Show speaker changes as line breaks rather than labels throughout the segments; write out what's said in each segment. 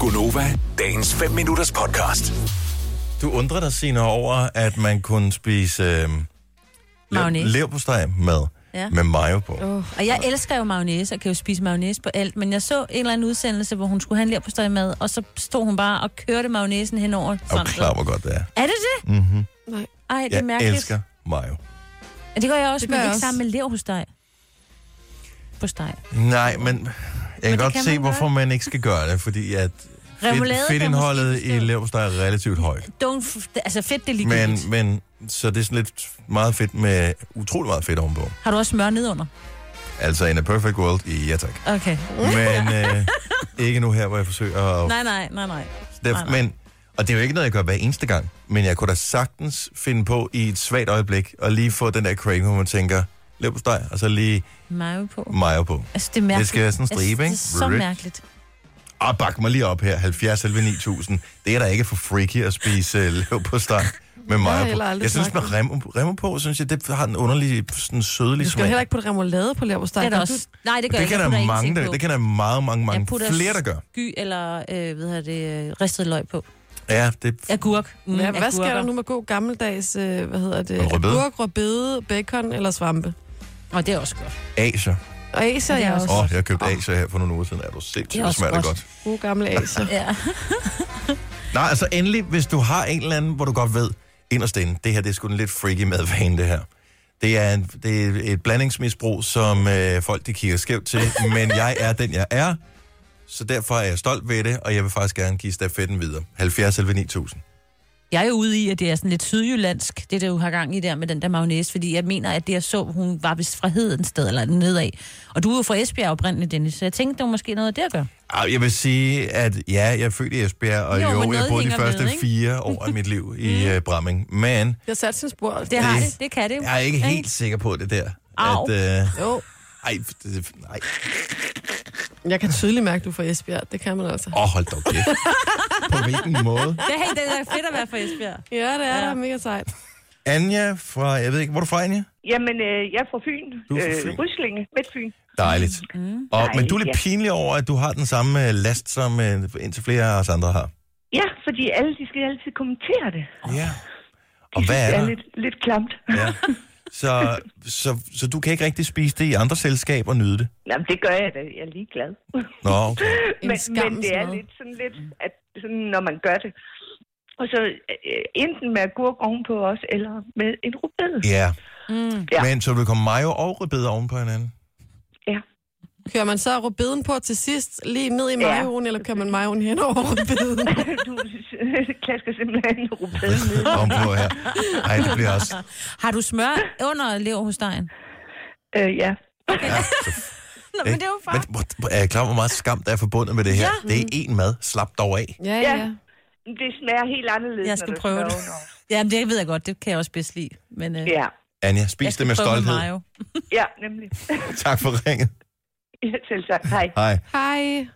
Gunova, dagens 5 minutters podcast.
Du undrer dig, Signe, over, at man kunne spise øh,
Mayonnaise.
leverpostej med, ja.
Ja.
med mayo på.
Uh, og jeg elsker jo mayonnaise, og kan jo spise mayonnaise på alt, men jeg så en eller anden udsendelse, hvor hun skulle have en på støj med, og så stod hun bare og kørte mayonnaisen henover.
Og
sådan.
klar, hvor godt det er.
Er det det?
Nej.
Ej, det er
Jeg
mærkeligt.
elsker mayo.
Ja, det gør jeg også, det
Det gør
men
jeg
ikke
også.
sammen med lever hos dig. På steg.
Nej, men jeg kan
det
godt
kan
se,
man
hvorfor man ikke skal gøre det, fordi at
Remoulade
fedt,
kan
fedtindholdet
måske
i
bestå.
leverpostej er relativt højt.
Don't f- altså fedt, det
Men,
er ligegyldigt. Men...
men, så det er sådan lidt meget fedt med, utrolig meget fedt ovenpå.
Har du også smør nedunder?
Altså in a perfect world, ja tak.
Okay.
Men øh, ikke nu her, hvor jeg forsøger at
Nej, nej, nej, nej.
Der, nej,
Nej,
nej.
nej.
Men, og det er jo ikke noget, jeg gør hver eneste gang, men jeg kunne da sagtens finde på i et svagt øjeblik at lige få den der craving, hvor man tænker, løb på steg, og så lige
Mayo på.
mayo på.
Altså, det er mærkeligt.
Mm. Det skal være sådan en
Jeg
stribe,
synes,
ikke?
Det er så
Rødt.
mærkeligt.
Og bak mig lige op her, 70 11 9000. Det er da ikke for freaky at spise uh, løb på steg med
har
mayo på.
heller aldrig
Jeg synes, med
smagt
rem, rem på, synes jeg, det har en underlig, sådan sødelig
Du skal jo
smag.
heller ikke putte remoulade på leverpostej.
Det er der
gør
også. Nej, det gør
Det
jeg
kan
ikke.
der
Jeg putter
mange,
ingenting
der,
på.
det kan der mange, mange,
Jeg
mange
putter
flere, der gør.
Sky eller, øh, hvad hedder det, øh, ristet løg på.
Ja, det,
Agurk.
du?
Mm,
Hvad, hvad sker
agurker.
der nu med god gammeldags, øh, hvad hedder det?
Rødbede.
Agurk, rødbede, bacon eller svampe?
Og det er også godt.
Asia.
Og aser
Det
er
er
også
Åh, oh, jeg købte Asia her for nogle uger siden. Er du sindssygt,
Det er
det
også
smager det
godt.
godt.
gode gamle aser.
Ja.
Nej, altså endelig, hvis du har en eller anden, hvor du godt ved, inderst inde, det her, det er sgu en lidt freaky madvane, det her. Det er, en, det er et blandingsmisbrug, som øh, folk de kigger skævt til, men jeg er den, jeg er. Så derfor er jeg stolt ved det, og jeg vil faktisk gerne give stafetten videre. 70 11 9000.
Jeg er jo ude i, at det er sådan lidt sydjyllandsk, det der jo har gang i der med den der magnæs, fordi jeg mener, at det jeg så, hun var vist fra Hedensted eller nedad. Og du er jo fra Esbjerg oprindeligt, Dennis, så jeg tænkte, det var måske noget af det at gøre.
Ah, Jeg vil sige, at ja, jeg er født i Esbjerg, og jo,
Jo, men
jo jeg
noget
boede de
hænger
første
ved, ikke? Mm.
fire år af mit liv i uh, Bramming. Men
Jeg satte sin spor.
Det har
Det-
det, det kan det jo.
jeg er ikke helt sikker på det der.
Au.
At, uh,
Jo,
ej, det- nej.
jeg kan tydeligt mærke, du er fra Esbjerg. Det kan man altså.
Åh, oh, hold dog kæft. På hvilken måde?
Det er, helt, det er fedt at være fra Esbjerg.
Ja, det er
Ja.
da mega sejt.
Anja fra, jeg ved ikke, hvor er du fra, Anja?
Jamen, øh, jeg er fra Fyn.
Du er fra Fyn.
Øh, Ryslinge, Midtfyn.
Dejligt. Mm. Og, men du er lidt
Dejligt,
pinlig over, at du har den samme øh, last, som øh, indtil flere af os andre har.
Ja, fordi alle, de skal altid kommentere det.
Ja.
De
Og hvad
synes, det
er
er
der?
lidt, lidt klamt.
Ja. Så, så, så du kan ikke rigtig spise det i andre selskaber og nyde det?
Jamen, det gør jeg da. Jeg er ligeglad.
Nå, okay.
En
men, men
skammens
det er
mad.
lidt sådan lidt, at sådan, når man gør det. Og så øh, enten med agurk ovenpå os, eller med en rubede.
Ja.
Mm.
Ja.
Men så vil komme mayo og rødbeder oven på hinanden?
Kører man så rødbeden på til sidst, lige ned i majoen, eller kører man majoen hen over rødbeden?
du klasker simpelthen en rubede ned.
oven på her. Ej, det bliver også...
Har du smør under lever hos dig?
Øh, ja.
Ja, så,
Nå, men det er jo
men,
faktisk...
hvor, hvor- er jeg klar, over, hvor meget skam der er forbundet med det her? Ja. Det er én mad. Slap dog af.
Ja,
Ja.
ja.
Det smager helt anderledes,
Jeg skal
når der
prøve
er
det.
ovenover.
Jamen, det ved jeg godt, det kan jeg også bedst lide. Men, øh,
Ja,
Anja,
jeg
spis
skal
det med
prøve
stolthed.
mayo.
ja nemlig.
Tak for ringet.
Jeg selv sagt hej.
Hej.
Hej.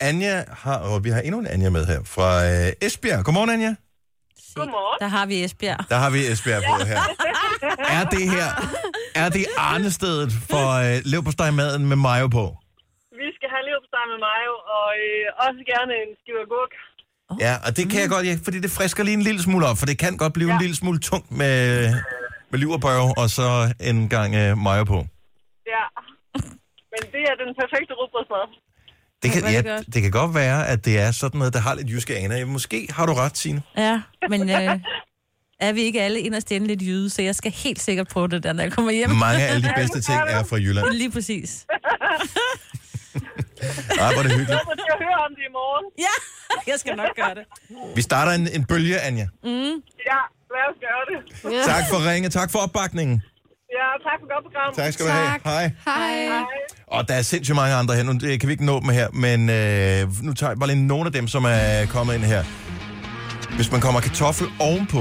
Anja har, og vi har endnu en Anja med her fra øh, Esbjerg. Godmorgen, Anja.
Se,
Godmorgen.
Der har vi Esbjerg.
Der har vi Esbjerg på her.
Ah,
Er det her, er det arnestedet for øh, leverpostejmaden med mayo på?
Vi skal have leverpostej med mayo, og øh, også gerne en skive agurk.
Ja, og det kan jeg godt, ja, fordi det frisker lige en lille smule op, for det kan godt blive ja. en lille smule tungt med, med liverbørge og så en gang øh, mayo på.
Ja. Men det er den perfekte rugbrødsmad.
Det kan,
hvor er det
ja,
godt.
det kan godt være, at det er sådan noget, der har lidt jyske aner. Ja, Måske har du ret, Signe.
Ja, men øh, er vi ikke alle inderst inde lidt jyde, så jeg skal helt sikkert prøve det der, når jeg kommer hjem.
Mange af alle de bedste ting er fra Jylland.
Lige præcis.
Ej, Ah, hvor er det hyggeligt.
Så skal jeg høre om det i morgen.
Ja, jeg skal nok gøre det.
Vi starter en, en bølge, Anja.
Ja, lad os gøre det.
Tak for ringe, tak for opbakningen.
Ja, tak for godt program.
Tak skal du have.
Tak.
Hej.
Hej.
Og der er sindssygt mange andre her. Nu det kan vi ikke nå dem her, men øh, nu tager jeg bare lige nogle af dem, som er kommet ind her. Hvis man kommer kartoffel ovenpå,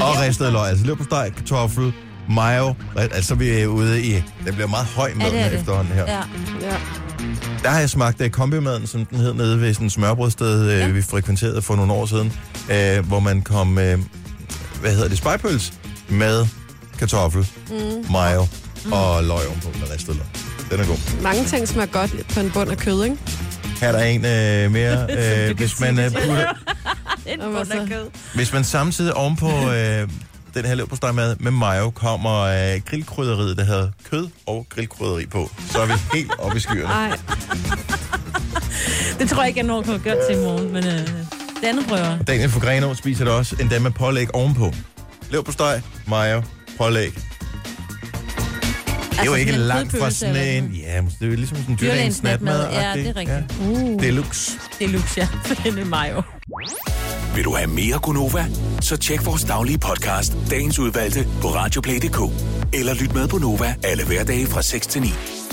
og ristet løg, altså leverpostej, kartoffel, mayo, altså så er vi ude i... Den bliver meget høj med
Ja, det er
ja,
det.
efterhånden her. Ja.
Ja.
Ja.
Der har jeg smagt uh, kombimaden, som den hed, nede ved sådan et smørbrødsted, ja. øh, vi frekventerede for nogle år siden, øh, hvor man kom, øh, hvad hedder det, spejpøls med kartoffel, mm. mayo og løg ovenpå med ristet løg. Den er god.
Mange ting smager godt på en bund af kød, ikke?
Her er der en øh, mere. Øh, hvis, man, øh, putter,
En
Hvad var så?
bunderkød.
hvis man samtidig ovenpå øh, den her leverpostejmad med mayo kommer øh, grillkrydderiet, der hedder kød og grillkrydderi på, så er vi helt oppe i skyerne.
Nej,
Det tror jeg ikke, jeg når at gøre til i morgen, men øh, det andet prøver.
Daniel fra Grenå spiser det også, endda med pålæg ovenpå. Lev på steg, mayo, pålæg. Det er jo
Altså
ikke
sådan en
langt fra
kødpølse
sådan
eller
en... Ja, men det er jo ligesom sådan en dyrlægens
Dyrlægens
natmad.
natmad. Ja, det er rigtigt.
Uh. Deluxe.
Det er luks, ja. Det er mig jo.
Vil du have mere Gunova? Så tjek vores daglige podcast, dagens udvalgte, på radioplay.dk. Eller lyt med på Nova alle hverdage fra 6 til 9.